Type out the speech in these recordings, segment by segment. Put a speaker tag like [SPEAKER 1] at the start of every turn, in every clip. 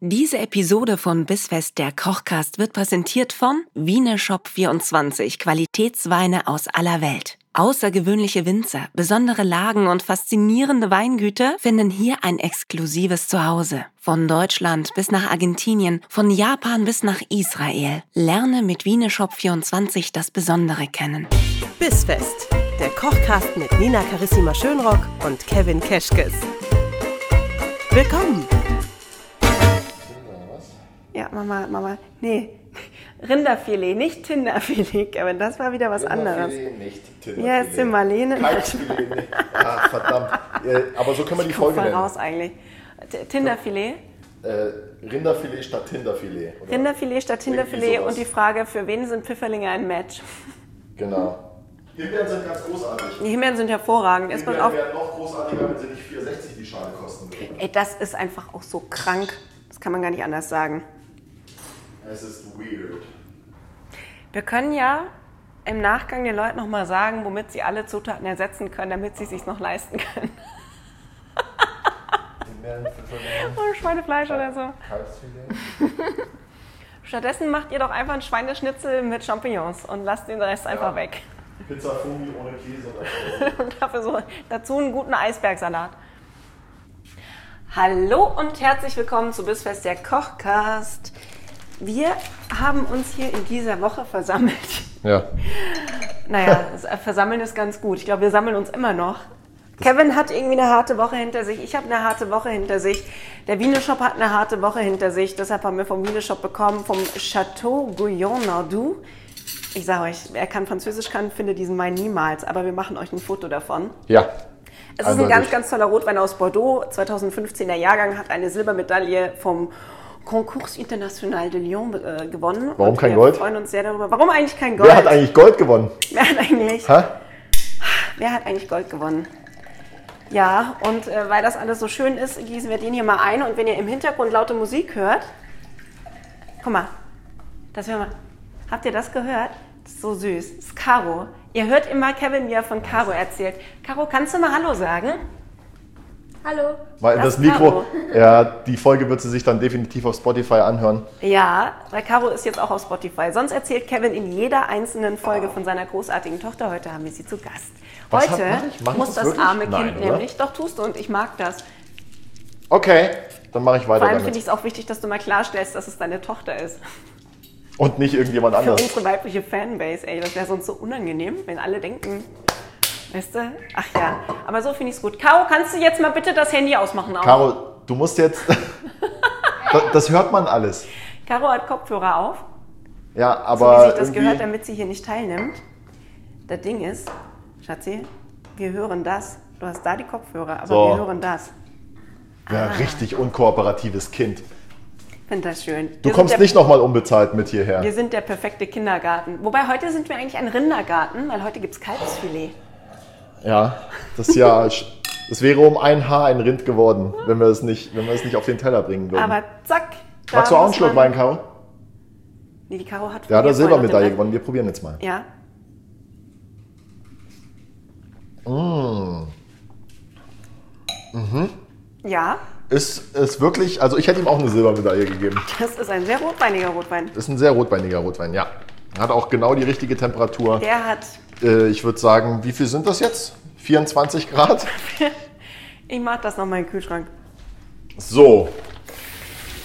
[SPEAKER 1] Diese Episode von Bissfest der Kochcast wird präsentiert von Wiener Shop 24, Qualitätsweine aus aller Welt. Außergewöhnliche Winzer, besondere Lagen und faszinierende Weingüter finden hier ein exklusives Zuhause. Von Deutschland bis nach Argentinien, von Japan bis nach Israel. Lerne mit Wiener Shop 24 das Besondere kennen.
[SPEAKER 2] Bissfest, der Kochcast mit Nina Carissima Schönrock und Kevin Keschkes. Willkommen!
[SPEAKER 3] Ja, Mama, Mama, nee. Rinderfilet, nicht Tinderfilet, Kevin. Das war wieder was anderes.
[SPEAKER 4] Filet, nicht Tinderfilet.
[SPEAKER 3] Ja, ist die Marlene.
[SPEAKER 4] Kalbsfilet, nicht. Ah, verdammt. Äh, Aber so können wir die Folge
[SPEAKER 3] Voll
[SPEAKER 4] nennen.
[SPEAKER 3] raus eigentlich. T- Tinderfilet.
[SPEAKER 4] Äh, Rinderfilet statt Tinderfilet. Oder?
[SPEAKER 3] Rinderfilet statt
[SPEAKER 4] Irgendwie
[SPEAKER 3] Tinderfilet
[SPEAKER 4] sowas.
[SPEAKER 3] und die Frage, für wen sind Pfifferlinge ein Match?
[SPEAKER 4] Genau. Himbeeren sind ganz großartig.
[SPEAKER 3] Die Himbeeren sind hervorragend. Ist man
[SPEAKER 4] Himbeeren
[SPEAKER 3] auf.
[SPEAKER 4] wären noch großartiger, wenn sie nicht 4,60 die Schale kosten würden.
[SPEAKER 3] Ey, das ist einfach auch so krank. Das kann man gar nicht anders sagen.
[SPEAKER 4] Es ist weird.
[SPEAKER 3] Wir können ja im Nachgang den Leuten nochmal sagen, womit sie alle Zutaten ersetzen können, damit sie es sich noch leisten können.
[SPEAKER 4] Himbeeren, Pfifferlinge,
[SPEAKER 3] Oh, Schweinefleisch oder so.
[SPEAKER 4] Kalbsfilet.
[SPEAKER 3] Stattdessen macht ihr doch einfach einen Schweineschnitzel mit Champignons und lasst den Rest einfach weg.
[SPEAKER 4] Pizza Fumi ohne Käse oder so.
[SPEAKER 3] Und dafür so, dazu einen guten Eisbergsalat. Hallo und herzlich willkommen zu Bissfest der Kochcast. Wir haben uns hier in dieser Woche versammelt.
[SPEAKER 4] Ja.
[SPEAKER 3] Naja, das Versammeln ist ganz gut. Ich glaube, wir sammeln uns immer noch. Kevin hat irgendwie eine harte Woche hinter sich. Ich habe eine harte Woche hinter sich. Der Wiener Shop hat eine harte Woche hinter sich. Deshalb haben wir vom Wiener Shop bekommen, vom Chateau Guyon Nardou. Ich sage euch, wer kann Französisch kann, findet diesen Wein niemals. Aber wir machen euch ein Foto davon.
[SPEAKER 4] Ja.
[SPEAKER 3] Es ist ein
[SPEAKER 4] Eindeutig.
[SPEAKER 3] ganz, ganz toller Rotwein aus Bordeaux. 2015er Jahrgang hat eine Silbermedaille vom Concours International de Lyon äh, gewonnen.
[SPEAKER 4] Warum
[SPEAKER 3] Und
[SPEAKER 4] kein
[SPEAKER 3] wir
[SPEAKER 4] Gold?
[SPEAKER 3] Wir freuen uns sehr darüber. Warum eigentlich kein Gold?
[SPEAKER 4] Wer hat eigentlich Gold gewonnen?
[SPEAKER 3] Wer hat eigentlich?
[SPEAKER 4] Hä?
[SPEAKER 3] Wer hat eigentlich Gold gewonnen? Ja, und äh, weil das alles so schön ist, gießen wir den hier mal ein. Und wenn ihr im Hintergrund laute Musik hört, guck mal, das hören wir. Habt ihr das gehört? Das ist so süß. Das ist Caro. Ihr hört immer Kevin, wie er von Caro erzählt. Caro, kannst du mal Hallo sagen?
[SPEAKER 5] Hallo.
[SPEAKER 4] Weil
[SPEAKER 3] Das
[SPEAKER 4] das Mikro.
[SPEAKER 3] Caro.
[SPEAKER 4] Ja, die Folge wird sie sich dann definitiv auf Spotify anhören.
[SPEAKER 3] Ja, weil Caro ist jetzt auch auf Spotify. Sonst erzählt Kevin in jeder einzelnen Folge von seiner großartigen Tochter. Heute haben wir sie zu Gast.
[SPEAKER 4] Was
[SPEAKER 3] Heute
[SPEAKER 4] hat- mach ich- mach ich
[SPEAKER 3] muss
[SPEAKER 4] das
[SPEAKER 3] das
[SPEAKER 4] wirklich?
[SPEAKER 3] arme Kind
[SPEAKER 4] Nein, oder?
[SPEAKER 3] nämlich, doch tust du und ich mag das.
[SPEAKER 4] Okay, dann mache ich weiter
[SPEAKER 3] Vor allem finde
[SPEAKER 4] damit.
[SPEAKER 3] ich es auch wichtig, dass du mal klarstellst, dass es deine Tochter ist.
[SPEAKER 4] Und nicht irgendjemand
[SPEAKER 3] Für
[SPEAKER 4] anders.
[SPEAKER 3] unsere weibliche Fanbase, ey, das wäre sonst so unangenehm, wenn alle denken, weißt du, ach ja, aber so finde ich es gut. Caro, kannst du jetzt mal bitte das Handy ausmachen? Auch?
[SPEAKER 4] Caro, du musst jetzt. das, das hört man alles.
[SPEAKER 3] Caro hat Kopfhörer auf,
[SPEAKER 4] Ja,
[SPEAKER 3] so wie
[SPEAKER 4] aber.
[SPEAKER 3] sich das
[SPEAKER 4] irgendwie-
[SPEAKER 3] gehört, damit sie hier nicht teilnimmt. Das Ding ist, Schatzi, wir hören das. Du hast da die Kopfhörer, aber
[SPEAKER 4] So.
[SPEAKER 3] wir hören das. Ah.
[SPEAKER 4] Ja, richtig unkooperatives Kind.
[SPEAKER 3] Finde das schön.
[SPEAKER 4] Du kommst nicht nochmal unbezahlt mit hierher.
[SPEAKER 3] Wir sind der perfekte Kindergarten. Wobei heute sind wir eigentlich ein Rindergarten, weil heute gibt es Kalbsfilet.
[SPEAKER 4] ja, das ist ja. Es wäre um ein Haar ein Rind geworden, wenn wir es nicht, wenn wir es nicht auf den Teller bringen würden.
[SPEAKER 3] Aber zack. da
[SPEAKER 4] Magst du auch einen
[SPEAKER 3] muss
[SPEAKER 4] Schluck
[SPEAKER 3] man-
[SPEAKER 4] Wein, Caro?
[SPEAKER 3] Nee, die Caro hat. von
[SPEAKER 4] Der hat eine
[SPEAKER 3] mir vorhin noch
[SPEAKER 4] Silbermedaille
[SPEAKER 3] den
[SPEAKER 4] gewonnen. Wir probieren jetzt mal.
[SPEAKER 3] Wein- Ja. Mhm. Ja,
[SPEAKER 4] Ist, ist wirklich. Also, ich hätte ihm auch eine Silbermedaille gegeben.
[SPEAKER 3] das ist ein sehr rotweiniger Rotwein.
[SPEAKER 4] Ist ein sehr rotweiniger Rotwein, ja. Hat auch genau die richtige Temperatur.
[SPEAKER 3] Der hat,
[SPEAKER 4] Äh, ich würde sagen, wie viel sind das jetzt? 24 Grad?
[SPEAKER 3] ich mach das nochmal in den Kühlschrank.
[SPEAKER 4] So,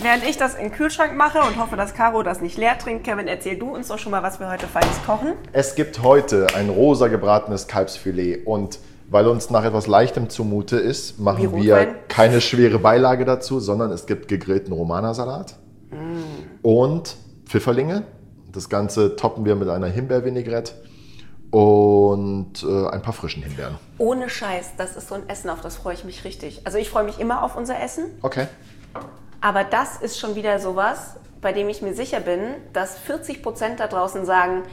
[SPEAKER 3] Während ich das in den Kühlschrank mache und hoffe, dass Caro das nicht leer trinkt, Kevin, erzähl du uns doch schon mal, was wir heute feines kochen.
[SPEAKER 4] Es gibt heute ein rosa gebratenes Kalbsfilet und weil uns nach etwas Leichtem zumute ist, machen
[SPEAKER 3] Wie
[SPEAKER 4] wir
[SPEAKER 3] Rotwein?
[SPEAKER 4] keine schwere Beilage dazu, sondern es gibt gegrillten Romanersalat
[SPEAKER 3] Mm.
[SPEAKER 4] und Pfifferlinge. Das Ganze toppen wir mit einer Himbeervinaigrette und äh, ein paar frischen Himbeeren.
[SPEAKER 3] Ohne Scheiß, das ist so ein Essen, auf das freue ich mich richtig. Also ich freue mich immer auf unser Essen.
[SPEAKER 4] Okay.
[SPEAKER 3] Aber das ist schon wieder sowas, bei dem ich mir sicher bin, dass 40 Prozent da draußen sagen,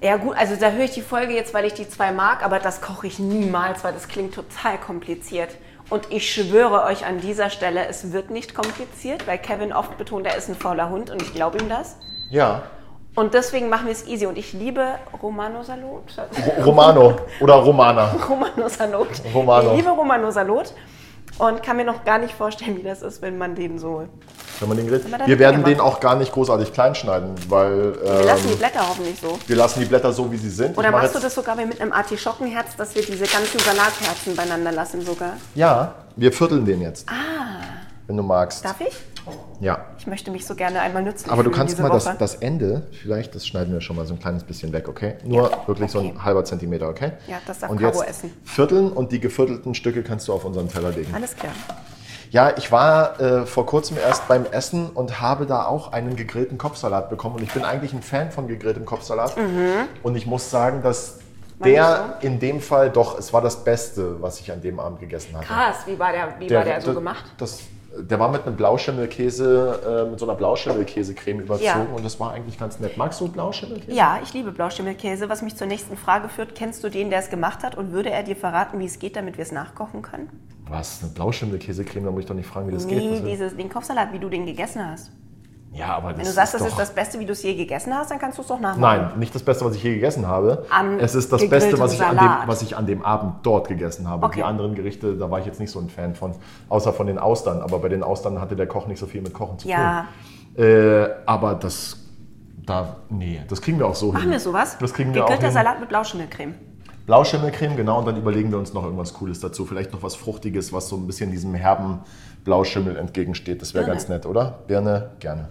[SPEAKER 3] ja gut, also da höre ich die Folge jetzt, weil ich die zwei mag, aber das koche ich niemals, weil das klingt total kompliziert. Und ich schwöre euch an dieser Stelle, es wird nicht kompliziert, weil Kevin oft betont, er ist ein fauler Hund und ich glaube ihm das.
[SPEAKER 4] Ja.
[SPEAKER 3] Und deswegen machen wir es easy. Und ich liebe Romano-Salat.
[SPEAKER 4] Ro- Romano oder Romana.
[SPEAKER 3] Romano-Salat.
[SPEAKER 4] Romano.
[SPEAKER 3] Ich liebe Romano-Salat und kann mir noch gar nicht vorstellen, wie das ist, wenn man den so
[SPEAKER 4] wenn man den grillt.
[SPEAKER 3] man da
[SPEAKER 4] Wir
[SPEAKER 3] die
[SPEAKER 4] werden
[SPEAKER 3] Finger
[SPEAKER 4] den auch gar nicht großartig klein schneiden, weil
[SPEAKER 3] Wir lassen die
[SPEAKER 4] ähm,
[SPEAKER 3] Blätter hoffentlich so.
[SPEAKER 4] wir lassen die Blätter so, wie sie sind.
[SPEAKER 3] Oder
[SPEAKER 4] Ich mach
[SPEAKER 3] machst du
[SPEAKER 4] jetzt-
[SPEAKER 3] das sogar mit einem Artischockenherz, dass wir diese ganzen Salatherzen beieinander lassen sogar?
[SPEAKER 4] Ja, wir vierteln den jetzt. Ah. Wenn du magst.
[SPEAKER 3] Darf ich?
[SPEAKER 4] Ja.
[SPEAKER 3] Ich möchte mich so gerne einmal nützlich
[SPEAKER 4] Aber du
[SPEAKER 3] fühlen
[SPEAKER 4] kannst
[SPEAKER 3] diese
[SPEAKER 4] mal das,
[SPEAKER 3] Woche.
[SPEAKER 4] das Ende, vielleicht, das schneiden wir schon mal so ein kleines bisschen weg, okay? Nur wirklich so ein halber Zentimeter, okay?
[SPEAKER 3] Ja, das darf
[SPEAKER 4] und
[SPEAKER 3] Caro
[SPEAKER 4] jetzt
[SPEAKER 3] essen.
[SPEAKER 4] Vierteln und die geviertelten Stücke kannst du auf unseren Teller legen.
[SPEAKER 3] Alles klar.
[SPEAKER 4] Ja, ich war äh, vor kurzem erst beim Essen und habe da auch einen gegrillten Kopfsalat bekommen. Und ich bin eigentlich ein Fan von gegrilltem Kopfsalat.
[SPEAKER 3] Mhm.
[SPEAKER 4] Und ich muss sagen, dass der in dem Fall doch, es war das Beste, was ich an dem Abend gegessen hatte.
[SPEAKER 3] Krass, Ah, wie war der, wie war der so gemacht?
[SPEAKER 4] Das, der war mit einem Blauschimmelkäse, äh, mit so einer Blauschimmelkäsecreme überzogen
[SPEAKER 3] Ja.
[SPEAKER 4] und das war eigentlich ganz nett. Magst du Blauschimmelkäse?
[SPEAKER 3] Ja, ich liebe Blauschimmelkäse, was mich zur nächsten Frage führt. Kennst du den, der es gemacht hat und würde er dir verraten, wie es geht, damit wir es nachkochen können?
[SPEAKER 4] Was? Eine Blauschimmelkäsecreme? Da muss ich doch nicht fragen, wie das geht.
[SPEAKER 3] nee,
[SPEAKER 4] Was-
[SPEAKER 3] dieses, den Kopfsalat, wie du den gegessen hast.
[SPEAKER 4] ja, aber das
[SPEAKER 3] Wenn du sagst,
[SPEAKER 4] ist
[SPEAKER 3] das
[SPEAKER 4] doch,
[SPEAKER 3] ist das Beste, wie du es je gegessen hast, dann kannst du es doch nachmachen.
[SPEAKER 4] Nein, nicht das Beste, was ich je gegessen habe.
[SPEAKER 3] An
[SPEAKER 4] es ist das
[SPEAKER 3] gegrilltem
[SPEAKER 4] Beste, was ich, an dem,
[SPEAKER 3] Salat.
[SPEAKER 4] was ich an dem Abend dort gegessen habe.
[SPEAKER 3] Okay.
[SPEAKER 4] Die anderen Gerichte, da war ich jetzt nicht so ein Fan von, außer von den Austern. Aber bei den Austern hatte der Koch nicht so viel mit Kochen zu
[SPEAKER 3] Ja.
[SPEAKER 4] tun. Äh, aber das, da, nee, das kriegen wir auch so hin.
[SPEAKER 3] Machen wir sowas?
[SPEAKER 4] Das kriegen wir auch
[SPEAKER 3] Gegrillter
[SPEAKER 4] hin.
[SPEAKER 3] Salat mit Blauschimmelcreme.
[SPEAKER 4] Blauschimmelcreme, genau. Und dann überlegen wir uns noch irgendwas Cooles dazu. Vielleicht noch was Fruchtiges, was so ein bisschen diesem herben Blauschimmel entgegensteht. Das wäre ganz nett, oder? Birne, gerne.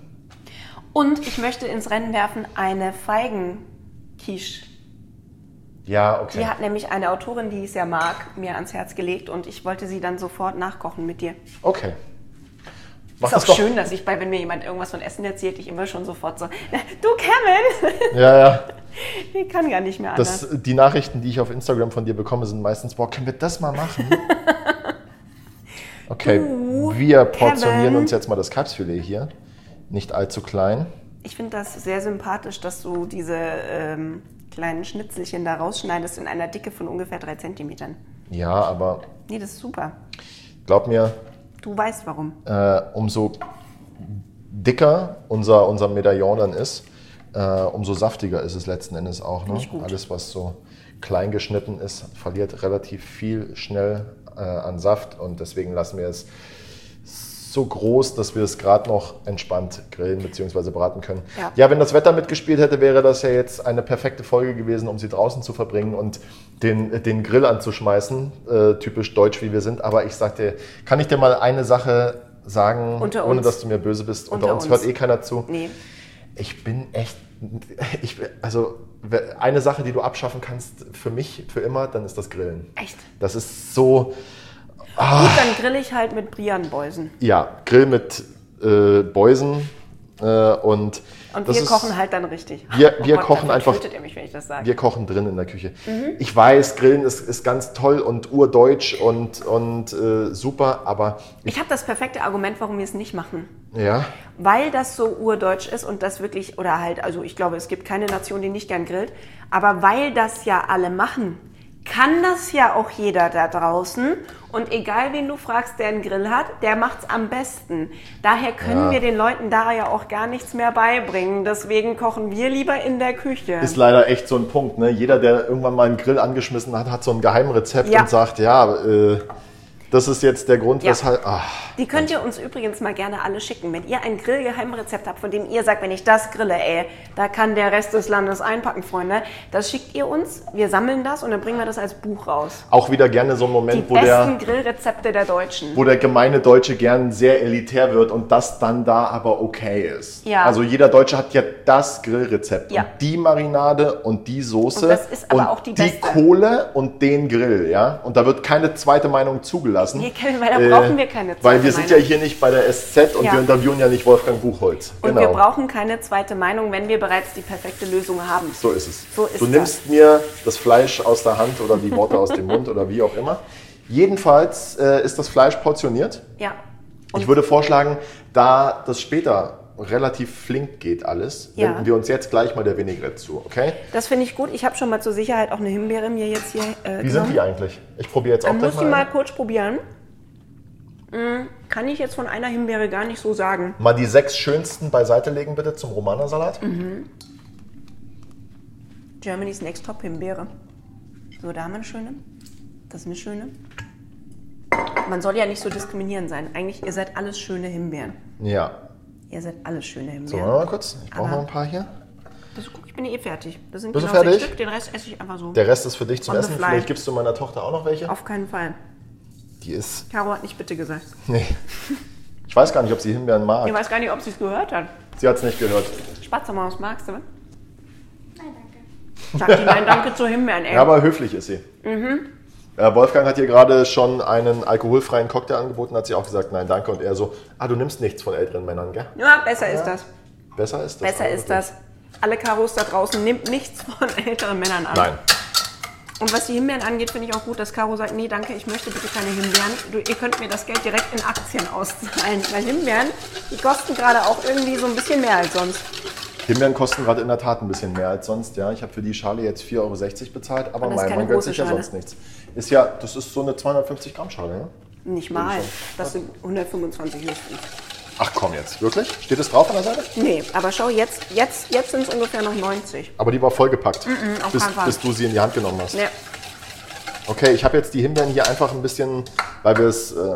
[SPEAKER 3] Und ich möchte ins Rennen werfen eine Feigenquiche.
[SPEAKER 4] Ja, okay.
[SPEAKER 3] Die hat nämlich eine Autorin, die ich sehr mag, mir ans Herz gelegt und ich wollte sie dann sofort nachkochen mit dir.
[SPEAKER 4] Okay. Mach
[SPEAKER 3] Ist auch
[SPEAKER 4] das doch.
[SPEAKER 3] schön, dass ich bei, wenn mir jemand irgendwas von Essen erzählt, ich immer schon sofort so, du Kevin,
[SPEAKER 4] Ja, ja.
[SPEAKER 3] ich kann gar nicht mehr anders.
[SPEAKER 4] Das, die Nachrichten, die ich auf Instagram von dir bekomme, sind meistens, boah, können wir das mal machen? Okay, wir portionieren
[SPEAKER 3] Kevin.
[SPEAKER 4] uns jetzt mal das Kalbsfilet hier. Nicht allzu klein.
[SPEAKER 3] Ich finde das sehr sympathisch, dass du diese ähm, kleinen Schnitzelchen da rausschneidest in einer Dicke von ungefähr drei Zentimetern.
[SPEAKER 4] Ja, aber
[SPEAKER 3] Nee, das ist super.
[SPEAKER 4] glaub mir,
[SPEAKER 3] Du weißt warum.
[SPEAKER 4] äh, umso dicker unser, unser Medaillon dann ist, äh, umso saftiger ist es letzten Endes auch. Ne? Alles, was so klein geschnitten ist, verliert relativ viel schnell äh, an Saft und deswegen lassen wir es so groß, dass wir es gerade noch entspannt grillen bzw. braten können.
[SPEAKER 3] Ja.
[SPEAKER 4] ja, wenn das Wetter mitgespielt hätte, wäre das ja jetzt eine perfekte Folge gewesen, um sie draußen zu verbringen und den, den Grill anzuschmeißen, äh, typisch deutsch, wie wir sind. Aber ich sagte, kann ich dir mal eine Sache sagen,
[SPEAKER 3] Unter
[SPEAKER 4] ohne
[SPEAKER 3] uns.
[SPEAKER 4] dass du mir böse bist? Unter,
[SPEAKER 3] Unter
[SPEAKER 4] uns,
[SPEAKER 3] uns.
[SPEAKER 4] hört eh keiner zu.
[SPEAKER 3] Nee.
[SPEAKER 4] Ich bin echt, ich, bin- also we- eine Sache, die du abschaffen kannst für mich für immer, dann ist das Grillen.
[SPEAKER 3] Echt?
[SPEAKER 4] Das ist so, Ah.
[SPEAKER 3] Gut, dann grill ich halt mit Brianbäusen.
[SPEAKER 4] ja, Grill mit äh, Bäusen äh, und
[SPEAKER 3] Und
[SPEAKER 4] das
[SPEAKER 3] wir
[SPEAKER 4] ist-
[SPEAKER 3] kochen halt dann richtig.
[SPEAKER 4] Wir- wir kochen
[SPEAKER 3] dafür
[SPEAKER 4] einfach-
[SPEAKER 3] tötet ihr mich, wenn ich das sage.
[SPEAKER 4] Wir kochen drin in der Küche.
[SPEAKER 3] Mhm.
[SPEAKER 4] Ich weiß, Grillen ist, ist ganz toll und urdeutsch und, und äh, super, aber
[SPEAKER 3] ich habe das perfekte Argument, warum wir es nicht machen.
[SPEAKER 4] ja,
[SPEAKER 3] Weil das so urdeutsch ist und das wirklich, oder halt, also ich glaube, es gibt keine Nation, die nicht gern grillt, aber weil das ja alle machen, kann das ja auch jeder da draußen und egal wen du fragst, der einen Grill hat, der macht's am besten. Daher können
[SPEAKER 4] Ja.
[SPEAKER 3] wir den Leuten da ja auch gar nichts mehr beibringen. Deswegen kochen wir lieber in der Küche.
[SPEAKER 4] ist leider echt so ein Punkt. Ne? Jeder, der irgendwann mal einen Grill angeschmissen hat, hat so ein Geheimrezept
[SPEAKER 3] Ja.
[SPEAKER 4] und sagt, ja, äh, das ist jetzt der Grund,
[SPEAKER 3] Ja.
[SPEAKER 4] weshalb. Ach,
[SPEAKER 3] Die könnt ihr uns übrigens mal gerne alle schicken. Wenn ihr ein Grillgeheimrezept habt, von dem ihr sagt, wenn ich das grille, ey, da kann der Rest des Landes einpacken, Freunde. Das schickt ihr uns, wir sammeln das und dann bringen wir das als Buch raus.
[SPEAKER 4] auch wieder gerne so ein
[SPEAKER 3] Die
[SPEAKER 4] Moment, wo
[SPEAKER 3] besten
[SPEAKER 4] der,
[SPEAKER 3] Grillrezepte der Deutschen.
[SPEAKER 4] wo der gemeine Deutsche gern sehr elitär wird und das dann da aber okay ist.
[SPEAKER 3] Ja.
[SPEAKER 4] Also jeder Deutsche hat ja das Grillrezept.
[SPEAKER 3] Ja.
[SPEAKER 4] Und die Marinade und die Soße.
[SPEAKER 3] Und das ist aber
[SPEAKER 4] und
[SPEAKER 3] auch die
[SPEAKER 4] die
[SPEAKER 3] beste.
[SPEAKER 4] Kohle und den Grill, ja. Und da wird keine zweite Meinung zugelassen. äh,
[SPEAKER 3] Nee, Kevin, weil da brauchen wir keine zweite
[SPEAKER 4] Weil wir sind ja
[SPEAKER 3] Meinung.
[SPEAKER 4] hier nicht bei der SZ und
[SPEAKER 3] Ja.
[SPEAKER 4] wir interviewen ja nicht Wolfgang Buchholz. Genau.
[SPEAKER 3] Und wir brauchen keine zweite Meinung, wenn wir bereits die perfekte Lösung haben.
[SPEAKER 4] so ist es.
[SPEAKER 3] So ist
[SPEAKER 4] du
[SPEAKER 3] das.
[SPEAKER 4] nimmst mir das Fleisch aus der Hand oder die Worte aus dem Mund oder wie auch immer. Jedenfalls äh, ist das Fleisch portioniert.
[SPEAKER 3] Ja.
[SPEAKER 4] Ich würde vorschlagen, da das später relativ flink geht alles,
[SPEAKER 3] Ja.
[SPEAKER 4] wenden wir uns jetzt gleich mal der Vinaigrette zu, okay?
[SPEAKER 3] Das finde ich gut. Ich habe schon mal zur Sicherheit auch eine Himbeere mir jetzt hier äh,
[SPEAKER 4] Wie sind die eigentlich? Ich probiere jetzt auch
[SPEAKER 3] Dann muss
[SPEAKER 4] gleich
[SPEAKER 3] ich
[SPEAKER 4] mal.
[SPEAKER 3] mal
[SPEAKER 4] Mal,
[SPEAKER 3] kurz probieren. Mm, Kann ich jetzt von einer Himbeere gar nicht so sagen.
[SPEAKER 4] mal die sechs schönsten beiseite legen bitte zum Romanersalat.
[SPEAKER 3] Mhm. Germany's Next Top Himbeere. So, da haben wir eine schöne. Das ist eine schöne. Man soll ja nicht so diskriminierend sein. Eigentlich, ihr seid alles schöne Himbeeren.
[SPEAKER 4] Ja.
[SPEAKER 3] Ihr seid alle schöne
[SPEAKER 4] So,
[SPEAKER 3] Himbeeren.
[SPEAKER 4] warte mal kurz. Ich brauche
[SPEAKER 3] Aber-
[SPEAKER 4] noch ein paar hier.
[SPEAKER 3] Also guck, ich bin eh fertig. Das sind
[SPEAKER 4] Bist du
[SPEAKER 3] genau sechs
[SPEAKER 4] fertig?
[SPEAKER 3] Stück, den Rest esse ich einfach so.
[SPEAKER 4] Der Rest ist für dich zum
[SPEAKER 3] On the
[SPEAKER 4] Essen.
[SPEAKER 3] fly.
[SPEAKER 4] Vielleicht gibst du meiner Tochter auch noch welche.
[SPEAKER 3] Auf keinen Fall.
[SPEAKER 4] Die ist.
[SPEAKER 3] Caro hat nicht bitte gesagt.
[SPEAKER 4] Nee. Ich weiß gar nicht, ob sie Himbeeren mag.
[SPEAKER 3] Ich weiß gar nicht, ob sie es gehört hat.
[SPEAKER 4] Sie hat es nicht gehört.
[SPEAKER 3] Spatzermaus, magst du?
[SPEAKER 5] Nein, danke.
[SPEAKER 3] Sag dir nein, danke zu Himbeeren, ey.
[SPEAKER 4] Ja, aber höflich ist sie. Äh, Wolfgang hat ihr gerade schon einen alkoholfreien Cocktail angeboten, hat sie auch gesagt, nein, danke. Und er so, ah, du nimmst nichts von älteren Männern, gell?
[SPEAKER 3] ja, besser ist das.
[SPEAKER 4] Besser ist das.
[SPEAKER 3] Besser
[SPEAKER 4] aber
[SPEAKER 3] ist das. Alle Karos da draußen nimmt nichts von älteren Männern an.
[SPEAKER 4] Nein.
[SPEAKER 3] Und was die Himbeeren angeht, finde ich auch gut, dass Caro sagt, nee, danke, ich möchte bitte keine Himbeeren. Du, ihr könnt mir das Geld direkt in Aktien auszahlen. Weil Himbeeren, die kosten gerade auch irgendwie so ein bisschen mehr als sonst.
[SPEAKER 4] Himbeeren kosten gerade in der Tat ein bisschen mehr als sonst, ja. Ich habe für die Schale jetzt 4,60 Euro bezahlt, aber
[SPEAKER 3] Und das ist
[SPEAKER 4] mein,
[SPEAKER 3] keine
[SPEAKER 4] man gönnt
[SPEAKER 3] große
[SPEAKER 4] sich ja
[SPEAKER 3] Schale.
[SPEAKER 4] sonst nichts. Ist ja, das ist so eine 250 Gramm Schale, ne?
[SPEAKER 3] Nicht mal. Das sind 125 höchstens.
[SPEAKER 4] Ach komm jetzt, wirklich? Steht es drauf an der Seite?
[SPEAKER 3] Nee, aber schau, jetzt, jetzt, jetzt sind es ungefähr noch 90.
[SPEAKER 4] Aber die war vollgepackt,
[SPEAKER 3] auf
[SPEAKER 4] bis,
[SPEAKER 3] keinen Fall.
[SPEAKER 4] bis du sie in die Hand genommen hast.
[SPEAKER 3] Nee.
[SPEAKER 4] Okay, ich habe jetzt die Himbeeren hier einfach ein bisschen, weil wir es, äh,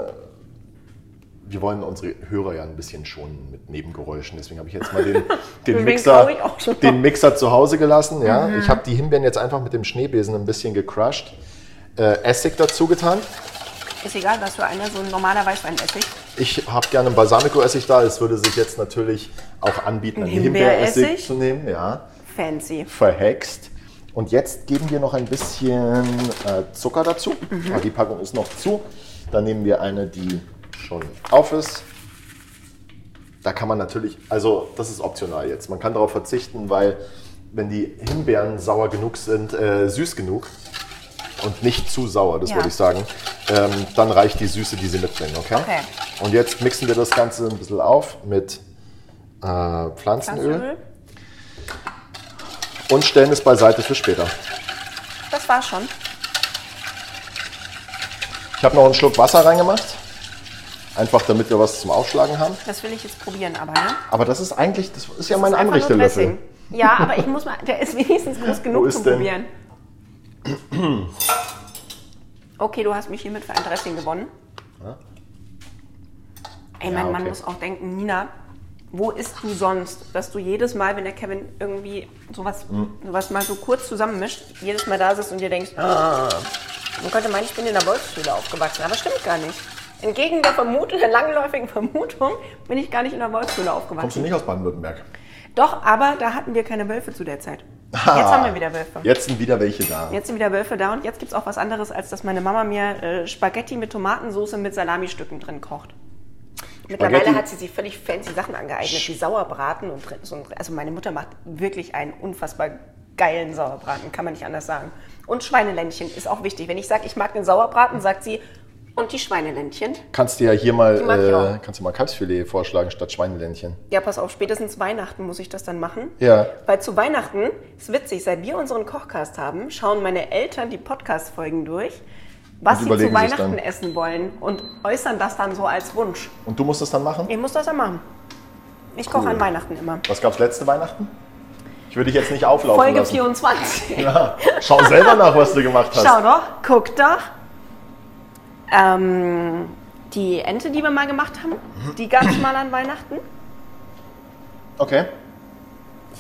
[SPEAKER 4] wir wollen unsere Hörer ja ein bisschen schonen mit Nebengeräuschen. Deswegen habe ich jetzt mal den, den,
[SPEAKER 3] Den
[SPEAKER 4] Mixer,
[SPEAKER 3] glaub ich auch schon Mhm. mal.
[SPEAKER 4] den Mixer zu Hause gelassen. Ja, ich habe die Himbeeren jetzt einfach mit dem Schneebesen ein bisschen gecrushed, äh, Essig dazu getan.
[SPEAKER 3] Ist egal, was für einer, so ein normaler Weißweinessig.
[SPEAKER 4] Ich habe gerne einen Balsamico-Essig da. Es würde sich jetzt natürlich auch anbieten, einen
[SPEAKER 3] Himbeeressig?
[SPEAKER 4] Himbeeressig zu nehmen. Ja,
[SPEAKER 3] Fancy.
[SPEAKER 4] verhext. Und jetzt geben wir noch ein bisschen äh, Zucker dazu.
[SPEAKER 3] Mhm.
[SPEAKER 4] Ja, die Packung ist noch zu. Dann nehmen wir eine, die schon auf ist. Da kann man natürlich, also das ist optional jetzt. Man kann darauf verzichten, weil wenn die Himbeeren sauer genug sind, äh, süß genug und nicht zu sauer, das
[SPEAKER 3] Ja.
[SPEAKER 4] würde ich sagen, ähm, dann reicht die Süße, die sie mitbringen, okay?
[SPEAKER 3] Okay.
[SPEAKER 4] Und jetzt mixen wir das Ganze ein bisschen auf mit äh, Pflanzenöl
[SPEAKER 3] Pflanzenöl.
[SPEAKER 4] und stellen es beiseite für später.
[SPEAKER 3] Das war's schon.
[SPEAKER 4] Ich habe noch einen Schluck Wasser reingemacht, einfach damit wir was zum Aufschlagen haben.
[SPEAKER 3] Das will ich jetzt probieren, aber, ne?
[SPEAKER 4] Aber das ist eigentlich, das ist ja
[SPEAKER 3] Das
[SPEAKER 4] mein
[SPEAKER 3] ist einfach nur
[SPEAKER 4] Anrichtelöffel.
[SPEAKER 3] Dressing. Ja, aber ich muss mal, der ist wenigstens groß genug
[SPEAKER 4] ist
[SPEAKER 3] zum
[SPEAKER 4] denn?
[SPEAKER 3] Probieren. Okay, du hast mich hiermit für ein Dressing gewonnen. Ey, mein
[SPEAKER 4] Ja,
[SPEAKER 3] Mann
[SPEAKER 4] okay.
[SPEAKER 3] muss auch denken, Nina, wo isst du sonst, dass du jedes Mal, wenn der Kevin irgendwie sowas,
[SPEAKER 4] Hm.
[SPEAKER 3] sowas mal so kurz zusammenmischt, jedes Mal da sitzt und dir denkst, ah. man könnte meinen, ich bin in der Wolfsschule aufgewachsen, aber stimmt gar nicht. Entgegen der Vermutung, der langläufigen Vermutung, bin ich gar nicht in der Wolfsschule aufgewachsen.
[SPEAKER 4] Kommst du nicht aus Baden-Württemberg?
[SPEAKER 3] Doch, aber da hatten wir keine Wölfe zu der Zeit. Jetzt haben wir wieder Wölfe.
[SPEAKER 4] Ah. Jetzt sind wieder welche da.
[SPEAKER 3] Jetzt sind wieder Wölfe da und jetzt gibt es auch was anderes, als dass meine Mama mir äh, Spaghetti mit Tomatensauce mit Salamistücken drin kocht. Mittlerweile
[SPEAKER 4] Spaghetti-
[SPEAKER 3] hat sie sich völlig fancy Sachen angeeignet, wie Sauerbraten und drin- so ein, also meine Mutter macht wirklich einen unfassbar geilen Sauerbraten, kann man nicht anders sagen. Und Schweineländchen ist auch wichtig. Wenn ich sage, ich mag den Sauerbraten, sagt sie und die Schweineländchen.
[SPEAKER 4] Kannst dir ja hier
[SPEAKER 3] mag ich
[SPEAKER 4] mal, äh,
[SPEAKER 3] auch.
[SPEAKER 4] kannst du mal Kalbsfilet vorschlagen statt Schweineländchen.
[SPEAKER 3] Ja, pass auf, spätestens Weihnachten muss ich das dann machen.
[SPEAKER 4] Ja.
[SPEAKER 3] Weil zu Weihnachten, ist witzig, seit wir unseren Kochcast haben, schauen meine Eltern die Podcast-Folgen durch, was
[SPEAKER 4] Und
[SPEAKER 3] sie
[SPEAKER 4] überlegen
[SPEAKER 3] zu
[SPEAKER 4] sich
[SPEAKER 3] Weihnachten
[SPEAKER 4] dann.
[SPEAKER 3] essen wollen und äußern das dann so als Wunsch.
[SPEAKER 4] Und du musst das dann machen?
[SPEAKER 3] Ich muss das dann machen. Ich koche
[SPEAKER 4] Cool.
[SPEAKER 3] an Weihnachten immer.
[SPEAKER 4] Was gab's letzte Weihnachten? Ich würde dich jetzt nicht auflaufen
[SPEAKER 3] Folge
[SPEAKER 4] lassen.
[SPEAKER 3] 24.
[SPEAKER 4] Ja, schau selber nach, was du gemacht hast.
[SPEAKER 3] Schau doch, guck doch. Ähm, die Ente, die wir mal gemacht haben, die gab es mal an Weihnachten.
[SPEAKER 4] Okay.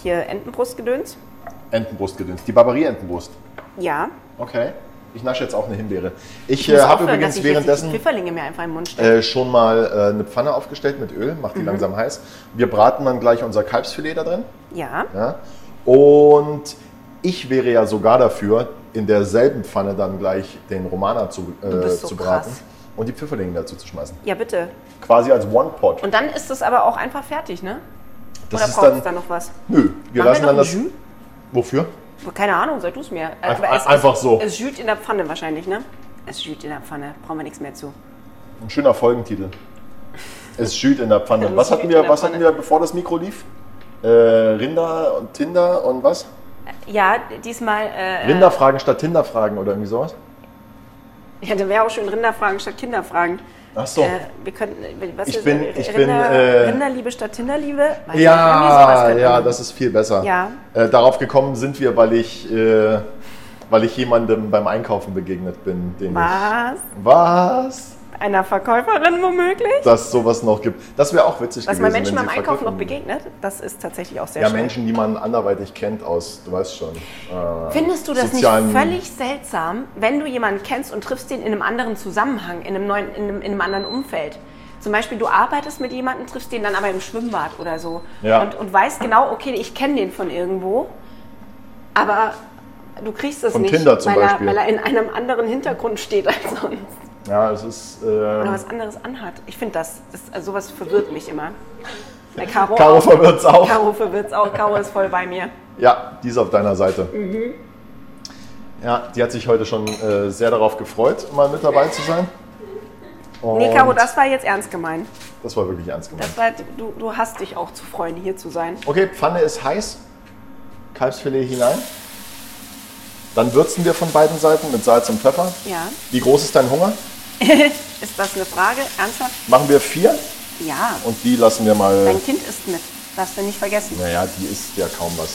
[SPEAKER 3] Hier Entenbrustgedöns.
[SPEAKER 4] Entenbrustgedöns. Die Barbarie-Entenbrust.
[SPEAKER 3] Ja.
[SPEAKER 4] Okay. Ich nasche jetzt auch eine Himbeere. Ich,
[SPEAKER 3] Ich
[SPEAKER 4] äh,
[SPEAKER 3] muss
[SPEAKER 4] habe
[SPEAKER 3] aufhören,
[SPEAKER 4] übrigens
[SPEAKER 3] dass ich jetzt die
[SPEAKER 4] währenddessen
[SPEAKER 3] Pfifferlinge mir einfach im Mund stecke.
[SPEAKER 4] äh, schon mal äh, eine Pfanne aufgestellt mit Öl, macht die
[SPEAKER 3] Mhm.
[SPEAKER 4] langsam heiß. Wir braten dann gleich unser Kalbsfilet da drin.
[SPEAKER 3] Ja.
[SPEAKER 4] Ja? Und ich wäre ja sogar dafür, in derselben Pfanne dann gleich den Romana zu, äh,
[SPEAKER 3] bist so
[SPEAKER 4] zu braten
[SPEAKER 3] krass.
[SPEAKER 4] und die Pfifferlinge dazu zu schmeißen.
[SPEAKER 3] Ja, bitte.
[SPEAKER 4] Quasi als One-Pot.
[SPEAKER 3] Und dann ist es aber auch einfach fertig, ne? Oder
[SPEAKER 4] Das ist
[SPEAKER 3] braucht
[SPEAKER 4] dann.
[SPEAKER 3] es da noch was?
[SPEAKER 4] Nö, wir
[SPEAKER 3] Machen
[SPEAKER 4] lassen
[SPEAKER 3] wir
[SPEAKER 4] dann
[SPEAKER 3] noch
[SPEAKER 4] das.
[SPEAKER 3] ein
[SPEAKER 4] Wofür?
[SPEAKER 3] Keine Ahnung, sag du es mir.
[SPEAKER 4] Einf-
[SPEAKER 3] Aber es-
[SPEAKER 4] einfach
[SPEAKER 3] es,
[SPEAKER 4] so.
[SPEAKER 3] Es jüt in der Pfanne wahrscheinlich, ne? Es jüt in der Pfanne. Brauchen wir nichts mehr zu.
[SPEAKER 4] Ein schöner Folgentitel. Es schüt in der Pfanne.
[SPEAKER 3] Es
[SPEAKER 4] Was
[SPEAKER 3] schüt
[SPEAKER 4] hatten
[SPEAKER 3] in
[SPEAKER 4] wir,
[SPEAKER 3] der
[SPEAKER 4] was hatten
[SPEAKER 3] Pfanne.
[SPEAKER 4] wir bevor das Mikro lief? Äh, Rinder und Tinder und was?
[SPEAKER 3] Ja, diesmal. Äh,
[SPEAKER 4] Rinderfragen statt Tinderfragen oder irgendwie sowas?
[SPEAKER 3] ja, da wäre auch schön Rinderfragen statt Kinderfragen.
[SPEAKER 4] Ach so.
[SPEAKER 3] Äh, wir könnten. Was
[SPEAKER 4] Oh. Ich
[SPEAKER 3] ist-
[SPEAKER 4] bin-
[SPEAKER 3] äh,
[SPEAKER 4] ich bin,
[SPEAKER 3] Rinder,
[SPEAKER 4] äh,
[SPEAKER 3] Rinderliebe statt Tinderliebe? Weiß nicht, irgendwie sowas
[SPEAKER 4] Ja,
[SPEAKER 3] könnte
[SPEAKER 4] ja,
[SPEAKER 3] man-
[SPEAKER 4] das ist viel besser.
[SPEAKER 3] Ja.
[SPEAKER 4] Äh, darauf gekommen sind wir, weil ich, äh, weil ich jemandem beim Einkaufen begegnet bin, den
[SPEAKER 3] Was?
[SPEAKER 4] ich. Was?
[SPEAKER 3] einer Verkäuferin womöglich.
[SPEAKER 4] dass sowas noch gibt. Das wäre auch witzig
[SPEAKER 3] Was man
[SPEAKER 4] gewesen.
[SPEAKER 3] Menschen
[SPEAKER 4] wenn
[SPEAKER 3] beim
[SPEAKER 4] sie
[SPEAKER 3] Einkaufen noch
[SPEAKER 4] verkaufen-
[SPEAKER 3] begegnet, das ist tatsächlich auch sehr
[SPEAKER 4] Ja,
[SPEAKER 3] schön.
[SPEAKER 4] Menschen, die man anderweitig kennt aus, du weißt schon. Äh,
[SPEAKER 3] Findest du das nicht
[SPEAKER 4] sozialen-
[SPEAKER 3] völlig seltsam, wenn du jemanden kennst und triffst den in einem anderen Zusammenhang, in einem, neuen, in einem, in einem anderen Umfeld? Zum Beispiel, du arbeitest mit jemandem, triffst den dann aber im Schwimmbad oder so
[SPEAKER 4] Ja.
[SPEAKER 3] und, und weißt genau, okay, ich kenne den von irgendwo, aber du kriegst es
[SPEAKER 4] Von
[SPEAKER 3] nicht,
[SPEAKER 4] Tinder zum
[SPEAKER 3] weil,
[SPEAKER 4] Beispiel.
[SPEAKER 3] Er, weil er in einem anderen Hintergrund steht als sonst
[SPEAKER 4] Ja, es ist.
[SPEAKER 3] oder
[SPEAKER 4] Äh,
[SPEAKER 3] was anderes anhat. Ich finde das, das also sowas verwirrt mich immer. Äh, Caro,
[SPEAKER 4] Caro
[SPEAKER 3] auch.
[SPEAKER 4] verwirrt's auch.
[SPEAKER 3] Caro verwirrt's auch. Caro ist voll bei mir.
[SPEAKER 4] ja, die ist auf deiner Seite.
[SPEAKER 3] Mhm.
[SPEAKER 4] Ja, die hat sich heute schon äh, sehr darauf gefreut, mal mit dabei zu sein. Und
[SPEAKER 3] Nee, Caro, das war jetzt ernst gemeint.
[SPEAKER 4] das war wirklich ernst gemeint.
[SPEAKER 3] Das war, du, du hast dich auch zu freuen, hier zu sein.
[SPEAKER 4] Okay, Pfanne ist heiß. Kalbsfilet hinein. Dann würzen wir von beiden Seiten mit Salz und Pfeffer.
[SPEAKER 3] Ja.
[SPEAKER 4] Wie groß ist dein Hunger?
[SPEAKER 3] Ist das eine Frage? Ernsthaft?
[SPEAKER 4] Machen wir vier
[SPEAKER 3] Ja.
[SPEAKER 4] und die lassen wir mal.
[SPEAKER 3] Dein Kind ist mit. Darfst du nicht vergessen.
[SPEAKER 4] Naja, die isst ja kaum was.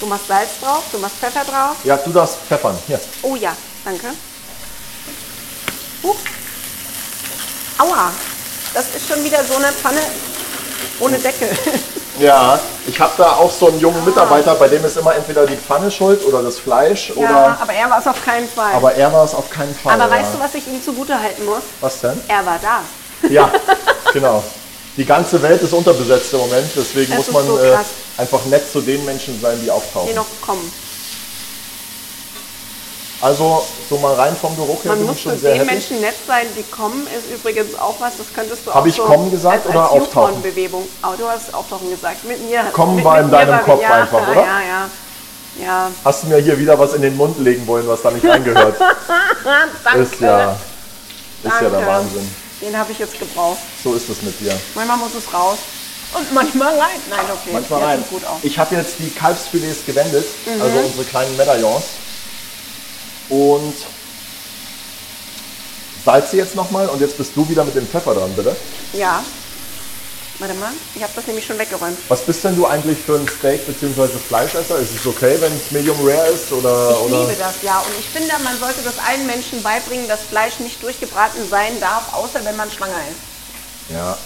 [SPEAKER 3] Du machst Salz drauf, du machst Pfeffer drauf.
[SPEAKER 4] Ja, du darfst pfeffern. Hier.
[SPEAKER 3] Oh ja, danke. Huch. Aua. Das ist schon wieder so eine Pfanne ohne Deckel.
[SPEAKER 4] Ja, ich habe da auch so einen
[SPEAKER 3] Ah.
[SPEAKER 4] jungen Mitarbeiter, bei dem ist immer entweder die Pfanne schuld oder das Fleisch
[SPEAKER 3] ja,
[SPEAKER 4] oder.
[SPEAKER 3] aber er war es auf keinen Fall.
[SPEAKER 4] Aber er war es auf keinen Fall.
[SPEAKER 3] Aber
[SPEAKER 4] ja.
[SPEAKER 3] weißt du, was ich ihm zugute halten muss?
[SPEAKER 4] Was denn?
[SPEAKER 3] Er war da.
[SPEAKER 4] Ja, genau. Die ganze Welt ist unterbesetzt im Moment, deswegen
[SPEAKER 3] Das
[SPEAKER 4] muss
[SPEAKER 3] ist
[SPEAKER 4] man
[SPEAKER 3] so
[SPEAKER 4] äh,
[SPEAKER 3] krass. Genau.
[SPEAKER 4] einfach nett zu den Menschen sein, die
[SPEAKER 3] Die
[SPEAKER 4] auftauchen.
[SPEAKER 3] noch kommen.
[SPEAKER 4] Also so mal rein vom Geruch her
[SPEAKER 3] Man
[SPEAKER 4] bin ich
[SPEAKER 3] muss zu
[SPEAKER 4] schon sehr
[SPEAKER 3] den
[SPEAKER 4] happy.
[SPEAKER 3] Menschen nett sein, die kommen, ist übrigens auch was, das könntest du auch
[SPEAKER 4] Hab ich
[SPEAKER 3] so
[SPEAKER 4] kommen gesagt
[SPEAKER 3] als, als
[SPEAKER 4] oder auftauchen?
[SPEAKER 3] Bewegung. Oh, du hast auftauchen gesagt. Mit mir.
[SPEAKER 4] Kommen
[SPEAKER 3] mit,
[SPEAKER 4] war
[SPEAKER 3] mit
[SPEAKER 4] in
[SPEAKER 3] mir
[SPEAKER 4] deinem Kopf
[SPEAKER 3] ja,
[SPEAKER 4] einfach,
[SPEAKER 3] ja,
[SPEAKER 4] oder?
[SPEAKER 3] Ja, ja. Ja,
[SPEAKER 4] Hast du mir hier wieder was in den Mund legen wollen, was da nicht reingehört?
[SPEAKER 3] danke.
[SPEAKER 4] ist ja, ist ja der
[SPEAKER 3] danke.
[SPEAKER 4] Wahnsinn.
[SPEAKER 3] Den habe ich jetzt gebraucht.
[SPEAKER 4] So ist es mit dir.
[SPEAKER 3] Manchmal muss es raus. Und manchmal rein. Nein, okay.
[SPEAKER 4] Manchmal
[SPEAKER 3] der
[SPEAKER 4] rein.
[SPEAKER 3] sieht Gut aus. Mhm.
[SPEAKER 4] Ich habe jetzt die Kalbsfilets gewendet, also unsere kleinen Medaillons. Und salze jetzt nochmal und jetzt bist du wieder mit dem Pfeffer dran, bitte.
[SPEAKER 3] Ja. Warte mal, ich habe das nämlich schon weggeräumt.
[SPEAKER 4] Was bist denn du eigentlich für ein Steak bzw. Fleischesser? Ist es okay, wenn es medium rare ist oder,
[SPEAKER 3] Ich
[SPEAKER 4] oder
[SPEAKER 3] liebe das, ja. Und ich finde, man sollte das allen Menschen beibringen, dass Fleisch nicht durchgebraten sein darf, außer wenn man schwanger ist.
[SPEAKER 4] ja,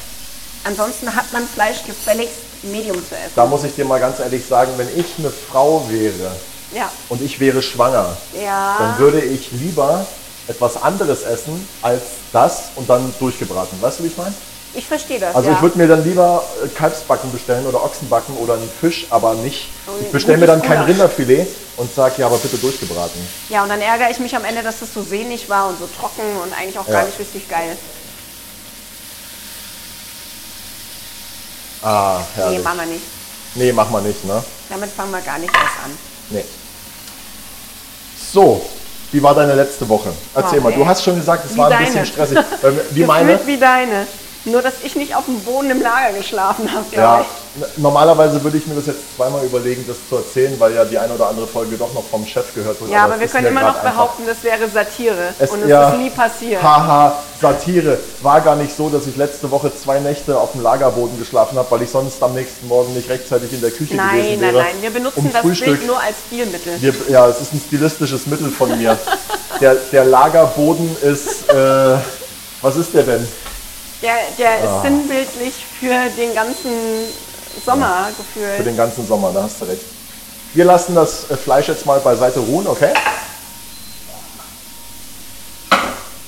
[SPEAKER 3] Ansonsten hat man Fleisch gefälligst medium zu essen.
[SPEAKER 4] da muss ich dir mal ganz ehrlich sagen, wenn ich eine Frau wäre
[SPEAKER 3] Ja.
[SPEAKER 4] und ich wäre schwanger, dann
[SPEAKER 3] Ja.
[SPEAKER 4] würde ich lieber etwas anderes essen als das und dann durchgebraten. Weißt du, wie ich meine?
[SPEAKER 3] Ich verstehe das.
[SPEAKER 4] Also
[SPEAKER 3] ja.
[SPEAKER 4] ich würde mir dann lieber äh, Kalbsbacken bestellen oder Ochsenbacken oder einen Fisch, aber nicht. Ich
[SPEAKER 3] Oh, ein
[SPEAKER 4] bestelle mir dann
[SPEAKER 3] gutes
[SPEAKER 4] kein
[SPEAKER 3] Gulasch.
[SPEAKER 4] Rinderfilet und sage, ja, aber bitte durchgebraten.
[SPEAKER 3] ja, und dann ärgere ich mich am Ende, dass das so sehnig war und so trocken und eigentlich auch
[SPEAKER 4] Ja.
[SPEAKER 3] gar nicht richtig geil.
[SPEAKER 4] Ah, herrlich.
[SPEAKER 3] Nee, machen wir nicht.
[SPEAKER 4] Nee, mach mal nicht, ne?
[SPEAKER 3] Damit fangen wir gar nicht erst an.
[SPEAKER 4] Nee. So, wie war deine letzte Woche? Erzähl
[SPEAKER 3] Oh,
[SPEAKER 4] mal, du
[SPEAKER 3] ey.
[SPEAKER 4] hast schon gesagt, es
[SPEAKER 3] Wie
[SPEAKER 4] war ein
[SPEAKER 3] deine.
[SPEAKER 4] bisschen stressig. Weil wir- Wie
[SPEAKER 3] Gefühlt
[SPEAKER 4] meine?
[SPEAKER 3] wie deine. Nur, dass ich nicht auf dem Boden im Lager geschlafen habe,
[SPEAKER 4] Ja,
[SPEAKER 3] glaube ich.
[SPEAKER 4] n- normalerweise würde ich mir das jetzt zweimal überlegen, das zu erzählen, weil ja die eine oder andere Folge doch noch vom Chef gehört wird.
[SPEAKER 3] Ja, aber,
[SPEAKER 4] es
[SPEAKER 3] wir
[SPEAKER 4] ist
[SPEAKER 3] können
[SPEAKER 4] mir
[SPEAKER 3] immer
[SPEAKER 4] grad
[SPEAKER 3] noch
[SPEAKER 4] einfach-
[SPEAKER 3] behaupten, das wäre Satire. und es
[SPEAKER 4] ja,
[SPEAKER 3] ist nie passiert.
[SPEAKER 4] Haha, Satire. War gar nicht so, dass ich letzte Woche zwei Nächte auf dem Lagerboden geschlafen habe, weil ich sonst am nächsten Morgen nicht rechtzeitig in der Küche
[SPEAKER 3] Nein,
[SPEAKER 4] gewesen
[SPEAKER 3] nein,
[SPEAKER 4] wäre.
[SPEAKER 3] nein. Wir benutzen
[SPEAKER 4] um
[SPEAKER 3] das
[SPEAKER 4] Frühstück.
[SPEAKER 3] Bild nur als Stilmittel.
[SPEAKER 4] Wir, ja, es ist ein stilistisches Mittel von mir. der, der Lagerboden ist, äh, was ist der denn?
[SPEAKER 3] Der, der
[SPEAKER 4] Ah.
[SPEAKER 3] ist sinnbildlich für den ganzen Sommer gefühlt.
[SPEAKER 4] Für den ganzen Sommer, da hast du recht. Wir lassen das äh, Fleisch jetzt mal beiseite ruhen, okay?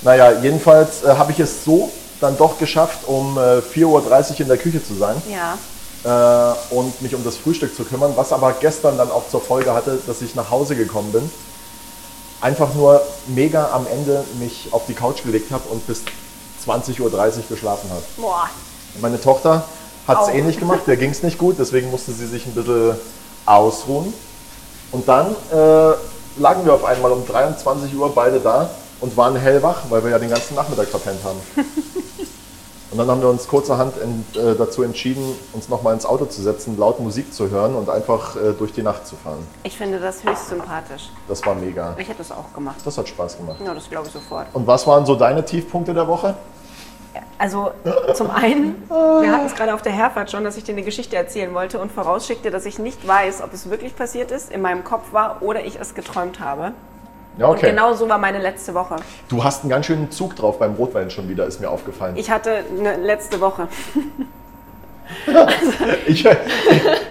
[SPEAKER 4] Naja, jedenfalls äh, habe ich es so dann doch geschafft, um äh, 4.30 Uhr in der Küche zu sein.
[SPEAKER 3] ja.
[SPEAKER 4] äh, und mich um das Frühstück zu kümmern, was aber gestern dann auch zur Folge hatte, dass ich nach Hause gekommen bin. Einfach nur mega am Ende mich auf die Couch gelegt habe und bis 20.30 Uhr geschlafen habe.
[SPEAKER 3] Boah.
[SPEAKER 4] Meine Tochter hat es
[SPEAKER 3] Au.
[SPEAKER 4] ähnlich gemacht, der ging es nicht gut, deswegen musste sie sich ein bisschen ausruhen. Und dann äh, lagen wir auf einmal um 23 Uhr beide da und waren hellwach, weil wir ja den ganzen Nachmittag verpennt haben. Und dann haben wir uns kurzerhand ent, äh, dazu entschieden, uns nochmal ins Auto zu setzen, laut Musik zu hören und einfach äh, durch die Nacht zu fahren.
[SPEAKER 3] Ich finde das höchst sympathisch.
[SPEAKER 4] Das war mega.
[SPEAKER 3] Ich hätte es auch gemacht.
[SPEAKER 4] Das hat Spaß gemacht.
[SPEAKER 3] Ja, das glaube ich sofort.
[SPEAKER 4] Und was waren so deine Tiefpunkte der Woche?
[SPEAKER 3] Also zum einen, wir hatten es gerade auf der Herfahrt schon, dass ich dir eine Geschichte erzählen wollte und vorausschickte, dass ich nicht weiß, ob es wirklich passiert ist, in meinem Kopf war oder ich es geträumt habe.
[SPEAKER 4] Ja, okay.
[SPEAKER 3] Und genau so war meine letzte Woche.
[SPEAKER 4] Du hast einen ganz schönen Zug drauf beim Rotwein schon wieder, ist mir aufgefallen.
[SPEAKER 3] Ich hatte eine letzte Woche.
[SPEAKER 4] Ich,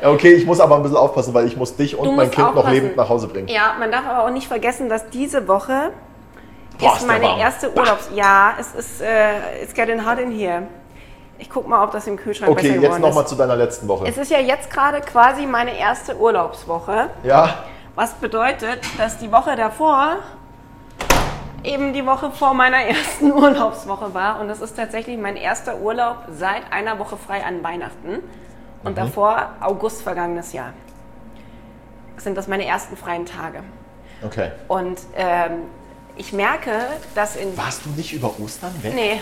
[SPEAKER 4] okay, ich muss aber ein bisschen aufpassen, weil ich muss dich und
[SPEAKER 3] Du
[SPEAKER 4] mein
[SPEAKER 3] musst
[SPEAKER 4] Kind noch
[SPEAKER 3] aufpassen.
[SPEAKER 4] lebend nach Hause bringen.
[SPEAKER 3] Ja, man darf aber auch nicht vergessen, dass diese Woche
[SPEAKER 4] Boah,
[SPEAKER 3] ist
[SPEAKER 4] der warm.
[SPEAKER 3] meine erste Urlaubs... Ja, es ist... Äh, it's getting hot in here. Ich guck mal, ob das im Kühlschrank besser
[SPEAKER 4] Okay,
[SPEAKER 3] geworden
[SPEAKER 4] jetzt nochmal
[SPEAKER 3] ist.
[SPEAKER 4] zu deiner letzten Woche.
[SPEAKER 3] Es ist ja jetzt gerade quasi meine erste Urlaubswoche.
[SPEAKER 4] Ja,
[SPEAKER 3] Was bedeutet, dass die Woche davor eben die Woche vor meiner ersten Urlaubswoche war. Und das ist tatsächlich mein erster Urlaub seit einer Woche frei an Weihnachten. Und davor August vergangenes Jahr. Sind das meine ersten freien Tage.
[SPEAKER 4] okay.
[SPEAKER 3] Und ähm, ich merke, dass in.
[SPEAKER 4] Warst du nicht über Ostern weg?
[SPEAKER 3] Nee,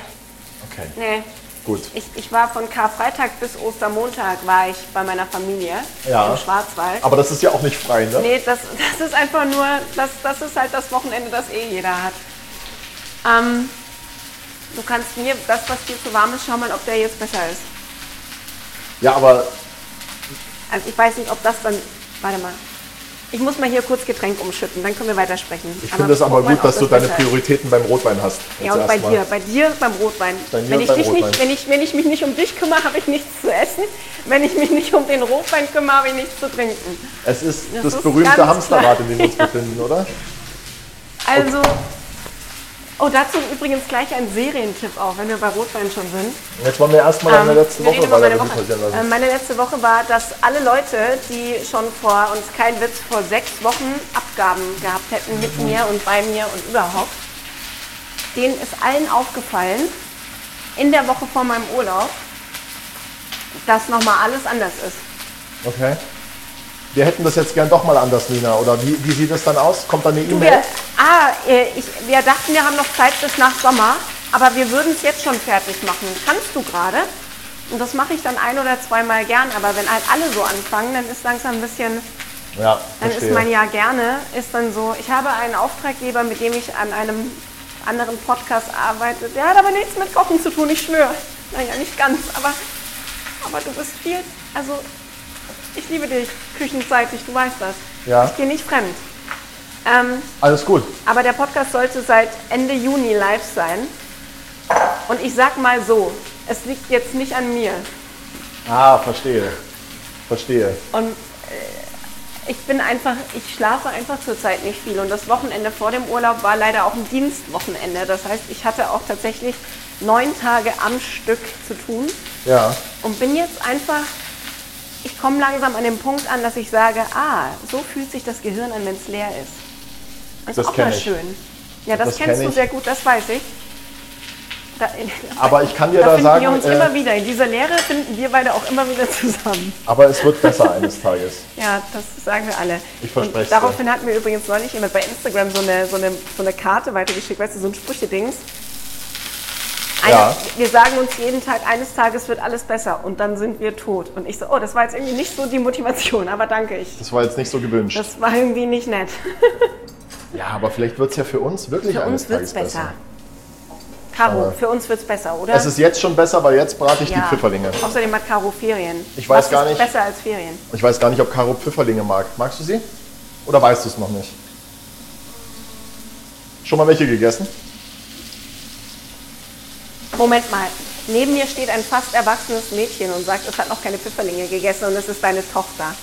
[SPEAKER 4] Okay,
[SPEAKER 3] nee.
[SPEAKER 4] gut.
[SPEAKER 3] Ich, ich war von Karfreitag bis Ostermontag war ich bei meiner Familie
[SPEAKER 4] Ja.
[SPEAKER 3] im Schwarzwald.
[SPEAKER 4] Aber das ist ja auch nicht frei, ne?
[SPEAKER 3] Nee, das, das ist einfach nur, das, das ist halt das Wochenende, das eh jeder hat. Ähm, du kannst mir das, was dir zu warm ist, schauen, mal, ob der jetzt besser ist.
[SPEAKER 4] Ja, aber
[SPEAKER 3] Also ich weiß nicht, ob das dann. Warte mal. Ich muss mal hier kurz Getränk umschütten, dann können wir weitersprechen.
[SPEAKER 4] ich finde es aber
[SPEAKER 3] guck mal,
[SPEAKER 4] gut,
[SPEAKER 3] ob
[SPEAKER 4] dass du deine
[SPEAKER 3] besser ist.
[SPEAKER 4] Prioritäten beim Rotwein hast.
[SPEAKER 3] Ja, und
[SPEAKER 4] Jetzt
[SPEAKER 3] bei
[SPEAKER 4] erstmal.
[SPEAKER 3] dir, bei dir beim Rotwein.
[SPEAKER 4] Bei mir
[SPEAKER 3] Wenn
[SPEAKER 4] und
[SPEAKER 3] ich,
[SPEAKER 4] beim
[SPEAKER 3] dich
[SPEAKER 4] Rotwein.
[SPEAKER 3] nicht, wenn, ich, wenn ich mich nicht um dich kümmere, habe ich nichts zu essen. Wenn ich mich nicht um den Rotwein kümmere, habe ich nichts zu trinken.
[SPEAKER 4] Es ist das,
[SPEAKER 3] Das ist ganz
[SPEAKER 4] berühmte
[SPEAKER 3] klar.
[SPEAKER 4] Hamsterrad, in dem wir uns befinden, oder?
[SPEAKER 3] Also, oh, dazu übrigens gleich ein Serientipp auch, wenn wir bei Rotwein schon sind.
[SPEAKER 4] Und Jetzt waren wir erstmal an der
[SPEAKER 3] Ähm,
[SPEAKER 4] letzten
[SPEAKER 3] wir reden
[SPEAKER 4] Woche,
[SPEAKER 3] über
[SPEAKER 4] weil
[SPEAKER 3] meine
[SPEAKER 4] wir
[SPEAKER 3] Woche.
[SPEAKER 4] passieren lassen.
[SPEAKER 3] Ähm, meine letzte Woche war, dass alle Leute, die schon vor, und kein Witz, vor sechs Wochen Abgaben gehabt hätten mit mir und bei mir und überhaupt, denen ist allen aufgefallen, in der Woche vor meinem Urlaub, dass nochmal alles anders ist. Ähm.
[SPEAKER 4] Okay. Wir hätten das jetzt gern doch mal anders, Nina. Oder wie, wie sieht das dann aus? Kommt dann eine
[SPEAKER 3] Du,
[SPEAKER 4] E-Mail?
[SPEAKER 3] wir, ah, äh, ich, wir dachten, wir haben noch Zeit bis nach Sommer, aber wir würden es jetzt schon fertig machen. Kannst du gerade? Und das mache ich dann ein oder zweimal gern, aber wenn halt alle so anfangen, dann ist langsam ein bisschen,
[SPEAKER 4] Ja,
[SPEAKER 3] dann
[SPEAKER 4] verstehe.
[SPEAKER 3] ist mein Ja gerne, ist dann so, ich habe einen Auftraggeber, mit dem ich an einem anderen Podcast arbeite. Der hat aber nichts mit Kochen zu tun, ich schwöre. Naja, nicht ganz, aber, aber du bist viel, also ich liebe dich küchenseitig, du weißt das.
[SPEAKER 4] Ja.
[SPEAKER 3] Ich gehe nicht fremd. Ähm,
[SPEAKER 4] Alles gut.
[SPEAKER 3] aber der Podcast sollte seit Ende Juni live sein. Und ich sag mal so, es liegt jetzt nicht an mir.
[SPEAKER 4] Ah, verstehe. Verstehe.
[SPEAKER 3] Und äh, ich bin einfach, ich schlafe einfach zurzeit nicht viel. Und das Wochenende vor dem Urlaub war leider auch ein Dienstwochenende. Das heißt, ich hatte auch tatsächlich neun Tage am Stück zu tun.
[SPEAKER 4] Ja.
[SPEAKER 3] Und bin jetzt einfach, ich komme langsam an den Punkt an, dass ich sage, ah, so fühlt sich das Gehirn an, wenn es leer ist. Und
[SPEAKER 4] Das
[SPEAKER 3] ist auch mal
[SPEAKER 4] kenn ich.
[SPEAKER 3] schön. Ja, das,
[SPEAKER 4] Das
[SPEAKER 3] kennst
[SPEAKER 4] kenn
[SPEAKER 3] du
[SPEAKER 4] ich.
[SPEAKER 3] sehr gut, das weiß ich. Da,
[SPEAKER 4] Aber ich kann dir da
[SPEAKER 3] da finden
[SPEAKER 4] sagen,
[SPEAKER 3] wir uns
[SPEAKER 4] äh,
[SPEAKER 3] immer wieder. In dieser Lehre finden wir beide auch immer wieder zusammen.
[SPEAKER 4] Aber es wird besser eines Tages.
[SPEAKER 3] Ja, das sagen wir alle.
[SPEAKER 4] Ich verspreche es
[SPEAKER 3] Und Daraufhin hat mir übrigens neulich jemand bei Instagram so eine, so eine, so eine Karte weitergeschickt, weißt du, so ein Sprüche-Dings. Eine,
[SPEAKER 4] Ja.
[SPEAKER 3] Wir sagen uns jeden Tag, eines Tages wird alles besser und dann sind wir tot. Und ich so, oh, das war jetzt irgendwie nicht so die Motivation, aber danke ich.
[SPEAKER 4] Das war jetzt nicht so gewünscht.
[SPEAKER 3] Das war irgendwie nicht nett.
[SPEAKER 4] ja, aber vielleicht wird es ja für uns wirklich
[SPEAKER 3] Für
[SPEAKER 4] eines
[SPEAKER 3] uns
[SPEAKER 4] Tages
[SPEAKER 3] wird's
[SPEAKER 4] besser.
[SPEAKER 3] besser. Caro,
[SPEAKER 4] Aber-
[SPEAKER 3] für uns wird's besser, oder?
[SPEAKER 4] Es ist jetzt schon besser, weil jetzt brate ich
[SPEAKER 3] Ja.
[SPEAKER 4] die Pfifferlinge.
[SPEAKER 3] Außerdem hat Caro Ferien.
[SPEAKER 4] Ich weiß
[SPEAKER 3] Was
[SPEAKER 4] gar
[SPEAKER 3] ist
[SPEAKER 4] nicht.
[SPEAKER 3] besser als Ferien.
[SPEAKER 4] Ich weiß gar nicht, ob Caro Pfifferlinge mag. Magst du sie? Oder weißt du es noch nicht? Schon mal welche gegessen?
[SPEAKER 3] Moment mal. Neben mir steht ein fast erwachsenes Mädchen und sagt, es hat noch keine Pfifferlinge gegessen und es ist deine Tochter.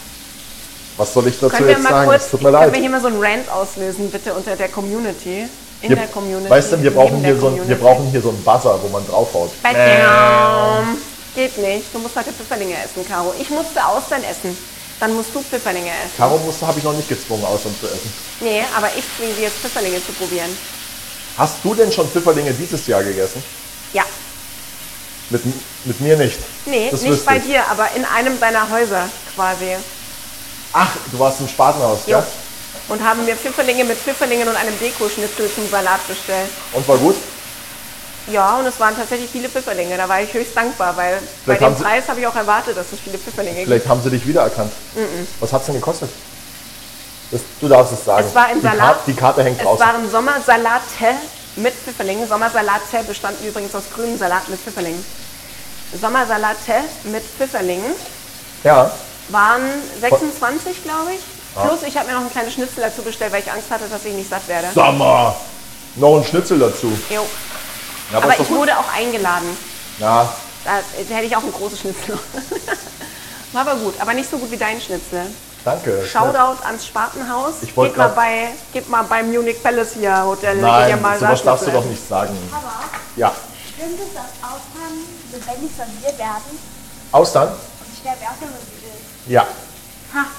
[SPEAKER 4] Was soll ich dazu
[SPEAKER 3] Können wir
[SPEAKER 4] jetzt
[SPEAKER 3] mal
[SPEAKER 4] sagen?
[SPEAKER 3] kurz,
[SPEAKER 4] Es tut mir
[SPEAKER 3] können wir
[SPEAKER 4] leid.
[SPEAKER 3] hier mal so einen Rant auslösen, bitte, unter der Community? In
[SPEAKER 4] Wir-
[SPEAKER 3] der Community.
[SPEAKER 4] Weißt du, wir
[SPEAKER 3] neben
[SPEAKER 4] brauchen,
[SPEAKER 3] der
[SPEAKER 4] hier so ein, wir
[SPEAKER 3] Community.
[SPEAKER 4] brauchen Äh. hier so einen Buzzer, wo man draufhaut.
[SPEAKER 3] Bam. Geht nicht. Du musst heute Pfifferlinge essen, Caro. Ich musste Austern essen. Dann musst du Pfifferlinge essen.
[SPEAKER 4] Caro musste, habe ich noch nicht gezwungen, Austern zu essen.
[SPEAKER 3] Nee, aber ich zwinge sie jetzt Pfifferlinge zu probieren.
[SPEAKER 4] Hast du denn schon Pfifferlinge dieses Jahr gegessen?
[SPEAKER 3] Ja.
[SPEAKER 4] Mit, mit mir nicht.
[SPEAKER 3] Nee,
[SPEAKER 4] Das
[SPEAKER 3] nicht
[SPEAKER 4] wüsste
[SPEAKER 3] bei
[SPEAKER 4] ich.
[SPEAKER 3] dir, aber in einem deiner Häuser quasi.
[SPEAKER 4] Ach, du warst im Spatenhaus,
[SPEAKER 3] Jo.
[SPEAKER 4] ja?
[SPEAKER 3] Und haben mir Pfifferlinge mit Pfifferlingen und einem Dekoschnitzel zum Salat bestellt.
[SPEAKER 4] Und war gut?
[SPEAKER 3] Ja, und es waren tatsächlich viele Pfifferlinge. Da war ich höchst dankbar, weil
[SPEAKER 4] Vielleicht
[SPEAKER 3] bei
[SPEAKER 4] haben
[SPEAKER 3] dem
[SPEAKER 4] sie-
[SPEAKER 3] Preis habe ich auch erwartet, dass es viele Pfifferlinge gibt.
[SPEAKER 4] Vielleicht haben sie dich wiedererkannt. Was hat's denn gekostet? Das, du darfst es sagen.
[SPEAKER 3] Es war ein
[SPEAKER 4] die
[SPEAKER 3] Salat.
[SPEAKER 4] Karte, die Karte hängt
[SPEAKER 3] es
[SPEAKER 4] draußen.
[SPEAKER 3] waren Sommersalate mit Pfifferlingen. Sommersalate bestanden übrigens aus grünem Salat mit Pfifferlingen. Sommersalate mit Pfifferlingen
[SPEAKER 4] Ja,
[SPEAKER 3] waren 26, glaube ich. Plus, ich habe mir noch ein kleines Schnitzel dazu bestellt, weil ich Angst hatte, dass ich nicht satt werde.
[SPEAKER 4] Sag mal, noch ein Schnitzel dazu.
[SPEAKER 3] Jo.
[SPEAKER 4] Ja,
[SPEAKER 3] Aber
[SPEAKER 4] ist doch
[SPEAKER 3] ich
[SPEAKER 4] gut.
[SPEAKER 3] wurde auch eingeladen.
[SPEAKER 4] Ja,
[SPEAKER 3] Da hätte ich auch ein großes Schnitzel. War aber gut, aber nicht so gut wie dein Schnitzel.
[SPEAKER 4] danke.
[SPEAKER 3] Shoutout ans Spatenhaus.
[SPEAKER 4] Ich wollt
[SPEAKER 3] Geht mal
[SPEAKER 4] grad-
[SPEAKER 3] bei, geht mal beim Munich Palace hier Hotel. geht ihr
[SPEAKER 4] Nein,
[SPEAKER 3] mal
[SPEAKER 4] sowas
[SPEAKER 3] da
[SPEAKER 4] darfst du
[SPEAKER 3] Schnitzel
[SPEAKER 4] doch nicht sagen.
[SPEAKER 5] Aber
[SPEAKER 4] Ja,
[SPEAKER 5] stimmt es, dass Aufnahmen lebendig verwirrt werden?
[SPEAKER 4] Austern?
[SPEAKER 5] Ich sterbe auch immer wieder.
[SPEAKER 4] Ja,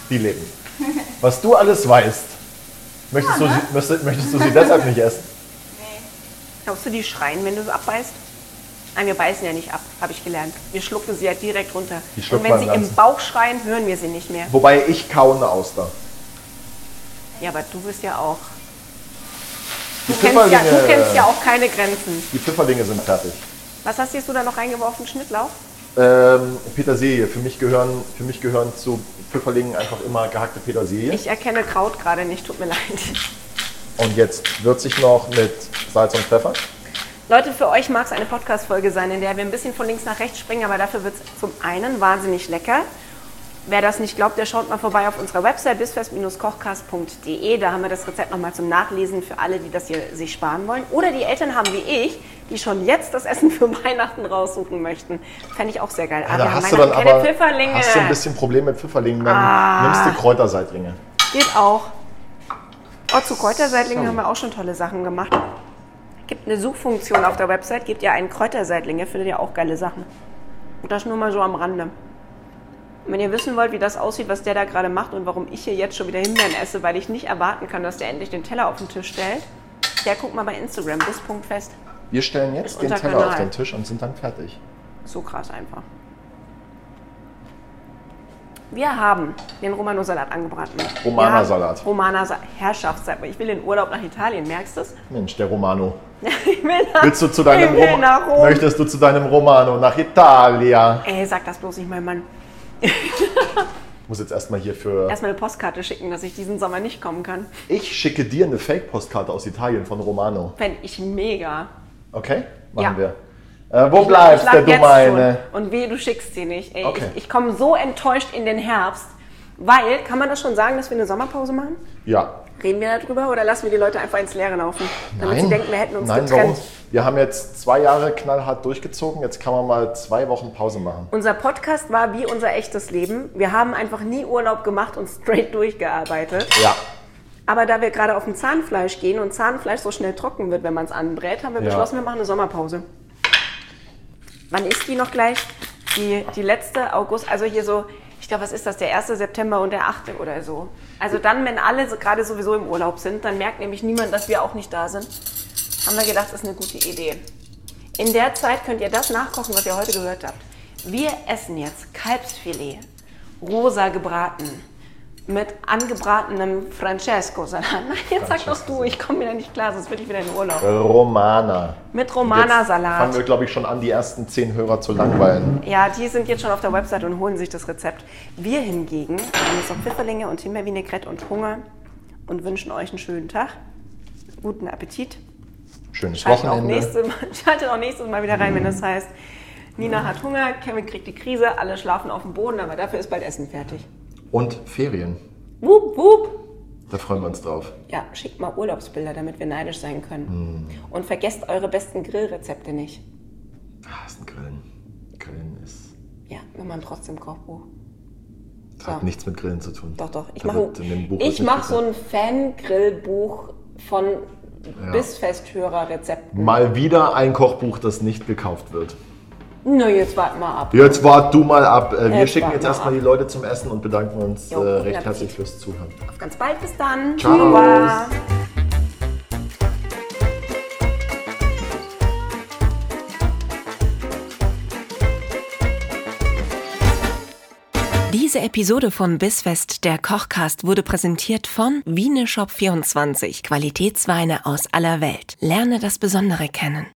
[SPEAKER 4] die leben. Was du alles weißt, möchtest, du,
[SPEAKER 3] ne?
[SPEAKER 4] sie, müsstest, möchtest du sie deshalb nicht essen?
[SPEAKER 3] essen. Glaubst du, die schreien, wenn du sie abbeißt? Nein, wir beißen ja nicht ab, habe ich gelernt. Wir schlucken sie ja direkt runter.
[SPEAKER 4] Die
[SPEAKER 3] Und
[SPEAKER 4] schluckt
[SPEAKER 3] wenn
[SPEAKER 4] man
[SPEAKER 3] sie
[SPEAKER 4] ganz.
[SPEAKER 3] im Bauch schreien, hören wir sie nicht mehr.
[SPEAKER 4] Wobei ich kaue eine Auster.
[SPEAKER 3] Ja, aber du bist ja auch.
[SPEAKER 4] Die
[SPEAKER 3] Du kennst, ja, du kennst ja
[SPEAKER 4] Pfifferlinge,
[SPEAKER 3] auch keine Grenzen.
[SPEAKER 4] die Pfifferlinge sind fertig.
[SPEAKER 3] Was hast jetzt du da noch reingeworfen? Schnittlauch?
[SPEAKER 4] Ähm, Petersilie, für mich, gehören, für mich gehören zu Pfifferlingen einfach immer gehackte Petersilie.
[SPEAKER 3] Ich erkenne Kraut gerade nicht, tut mir leid.
[SPEAKER 4] Und jetzt würze ich noch mit Salz und Pfeffer.
[SPEAKER 3] Leute, für euch mag es eine Podcast-Folge sein, in der wir ein bisschen von links nach rechts springen, aber dafür wird es zum einen wahnsinnig lecker. Wer das nicht glaubt, der schaut mal vorbei auf unserer Website bisfest-kochcast.de. Da haben wir das Rezept nochmal zum Nachlesen für alle, die das hier sich sparen wollen. Oder die Eltern haben wie ich, die schon jetzt das Essen für Weihnachten raussuchen möchten. Fände ich auch sehr geil. Ah,
[SPEAKER 4] da
[SPEAKER 3] wir haben
[SPEAKER 4] hast du dann
[SPEAKER 3] Weihnachten keine
[SPEAKER 4] aber
[SPEAKER 3] Pfifferlinge. Ah.
[SPEAKER 4] hast du ein bisschen Problem mit Pfifferlingen, dann nimmst du Kräuterseitlinge.
[SPEAKER 3] Geht auch. Oh, zu Kräuterseitlingen haben wir auch schon tolle Sachen gemacht. Gibt eine Suchfunktion auf der Website, gebt ihr einen Kräuterseitlinge, findet ihr auch geile Sachen. Und das nur mal so am Rande. Und wenn ihr wissen wollt, wie das aussieht, was der da gerade macht und warum ich hier jetzt schon wieder Himbeeren esse, weil ich nicht erwarten kann, dass der endlich den Teller auf den Tisch stellt, der guckt mal bei Instagram, bis.fest.
[SPEAKER 4] Wir stellen jetzt
[SPEAKER 3] Ist
[SPEAKER 4] den
[SPEAKER 3] unser
[SPEAKER 4] Teller auf
[SPEAKER 3] Kanal.
[SPEAKER 4] den Tisch und sind dann fertig.
[SPEAKER 3] So krass einfach. Wir haben den Romano-Salat angebraten.
[SPEAKER 4] Romana-Salat.
[SPEAKER 3] Romana-Salat. Herrschaftssalat. Ich will in Urlaub nach Italien, merkst du es?
[SPEAKER 4] Mensch, der Romano.
[SPEAKER 3] Ich will nach,
[SPEAKER 4] Willst du zu deinem
[SPEAKER 3] ich will
[SPEAKER 4] Rom
[SPEAKER 3] nach Rom.
[SPEAKER 4] Möchtest du zu deinem Romano nach Italia?
[SPEAKER 3] Ey, sag das bloß nicht meinem Mann.
[SPEAKER 4] Ich muss jetzt erstmal hier für.
[SPEAKER 3] Erstmal eine Postkarte schicken, dass ich diesen Sommer nicht kommen kann.
[SPEAKER 4] Ich schicke dir eine Fake-Postkarte aus Italien von Romano.
[SPEAKER 3] Fände ich mega.
[SPEAKER 4] Okay? Machen
[SPEAKER 3] Ja.
[SPEAKER 4] wir. Äh, wo
[SPEAKER 3] Ich
[SPEAKER 4] bleibst
[SPEAKER 3] lach
[SPEAKER 4] der du
[SPEAKER 3] jetzt
[SPEAKER 4] meine?
[SPEAKER 3] schon. Und weh, du schickst sie nicht. Ey,
[SPEAKER 4] Okay.
[SPEAKER 3] Ich, ich komme so enttäuscht in den Herbst. Weil, kann man das schon sagen, dass wir eine Sommerpause machen?
[SPEAKER 4] Ja.
[SPEAKER 3] Reden wir darüber oder lassen wir die Leute einfach ins Leere laufen? Damit sie denken, wir hätten uns
[SPEAKER 4] Nein,
[SPEAKER 3] getrennt.
[SPEAKER 4] warum? Wir haben jetzt zwei Jahre knallhart durchgezogen. Jetzt kann man mal zwei Wochen Pause machen.
[SPEAKER 3] Unser Podcast war wie unser echtes Leben. Wir haben einfach nie Urlaub gemacht und straight durchgearbeitet.
[SPEAKER 4] Ja.
[SPEAKER 3] Aber da wir gerade auf dem Zahnfleisch gehen und Zahnfleisch so schnell trocken wird, wenn man es anbrät, haben wir
[SPEAKER 4] Ja.
[SPEAKER 3] beschlossen, wir machen eine Sommerpause. Wann ist die noch gleich? Die, die letzte August, also hier so, ich glaube, was ist das, der 1. September und der 8. oder so. Also dann, wenn alle so, gerade sowieso im Urlaub sind, dann merkt nämlich niemand, dass wir auch nicht da sind. Haben wir gedacht, ist eine gute Idee. In der Zeit könnt ihr das nachkochen, was ihr heute gehört habt. Wir essen jetzt Kalbsfilet, rosa gebraten, mit angebratenem Francesco-Salat. Nein, jetzt sag doch du, ich komme wieder nicht klar, sonst bin ich wieder in Urlaub.
[SPEAKER 4] Romana.
[SPEAKER 3] Mit
[SPEAKER 4] Äh, Jetzt fangen wir,
[SPEAKER 3] Romana-Salat.
[SPEAKER 4] glaube ich, schon an, die ersten zehn Hörer zu langweilen.
[SPEAKER 3] Ja, die sind jetzt schon auf der Website und holen sich das Rezept. Wir hingegen haben jetzt noch Pfifferlinge und Himbeervinaigrette und Hunger und wünschen euch einen schönen Tag, guten Appetit.
[SPEAKER 4] Schönes
[SPEAKER 3] Schaltet auch,
[SPEAKER 4] Wochenende.
[SPEAKER 3] nächste, schaltet auch nächstes Mal wieder rein, wenn das heißt, Nina hat Hunger, Kevin kriegt die Krise, alle schlafen auf dem Boden, aber dafür ist bald Essen fertig.
[SPEAKER 4] Und Ferien.
[SPEAKER 3] Wup, wup.
[SPEAKER 4] Da freuen wir uns drauf.
[SPEAKER 3] Ja, schickt mal Urlaubsbilder, damit wir neidisch sein können.
[SPEAKER 4] Hm.
[SPEAKER 3] Und vergesst eure besten Grillrezepte nicht.
[SPEAKER 4] Ah, ist ein Grillen. Grillen ist.
[SPEAKER 3] Ja, wir machen trotzdem Kochbuch.
[SPEAKER 4] Hat
[SPEAKER 3] So.
[SPEAKER 4] nichts mit Grillen zu tun.
[SPEAKER 3] Doch, doch. Ich
[SPEAKER 4] Da
[SPEAKER 3] mache
[SPEAKER 4] wird in dem Buch
[SPEAKER 3] ich
[SPEAKER 4] wird nicht
[SPEAKER 3] mach so
[SPEAKER 4] gesagt.
[SPEAKER 3] ein Fan-Grillbuch von Bissfesthörer-Rezepten.
[SPEAKER 4] Mal wieder ein Kochbuch, das nicht gekauft wird.
[SPEAKER 3] Nö, jetzt warten wir ab.
[SPEAKER 4] Jetzt wart du mal ab. Äh, Wir
[SPEAKER 3] Jetzt
[SPEAKER 4] schicken
[SPEAKER 3] wart
[SPEAKER 4] jetzt
[SPEAKER 3] mal
[SPEAKER 4] erstmal
[SPEAKER 3] ab.
[SPEAKER 4] die Leute zum Essen und bedanken uns äh,
[SPEAKER 3] Jo, guten
[SPEAKER 4] recht
[SPEAKER 3] Appetit.
[SPEAKER 4] herzlich fürs Zuhören.
[SPEAKER 3] Auf ganz bald, bis dann.
[SPEAKER 4] Ciao.
[SPEAKER 3] Tschüss.
[SPEAKER 1] Diese Episode von Bissfest, der Kochcast, wurde präsentiert von Wieneshop24, Qualitätsweine aus aller Welt. Lerne das Besondere kennen.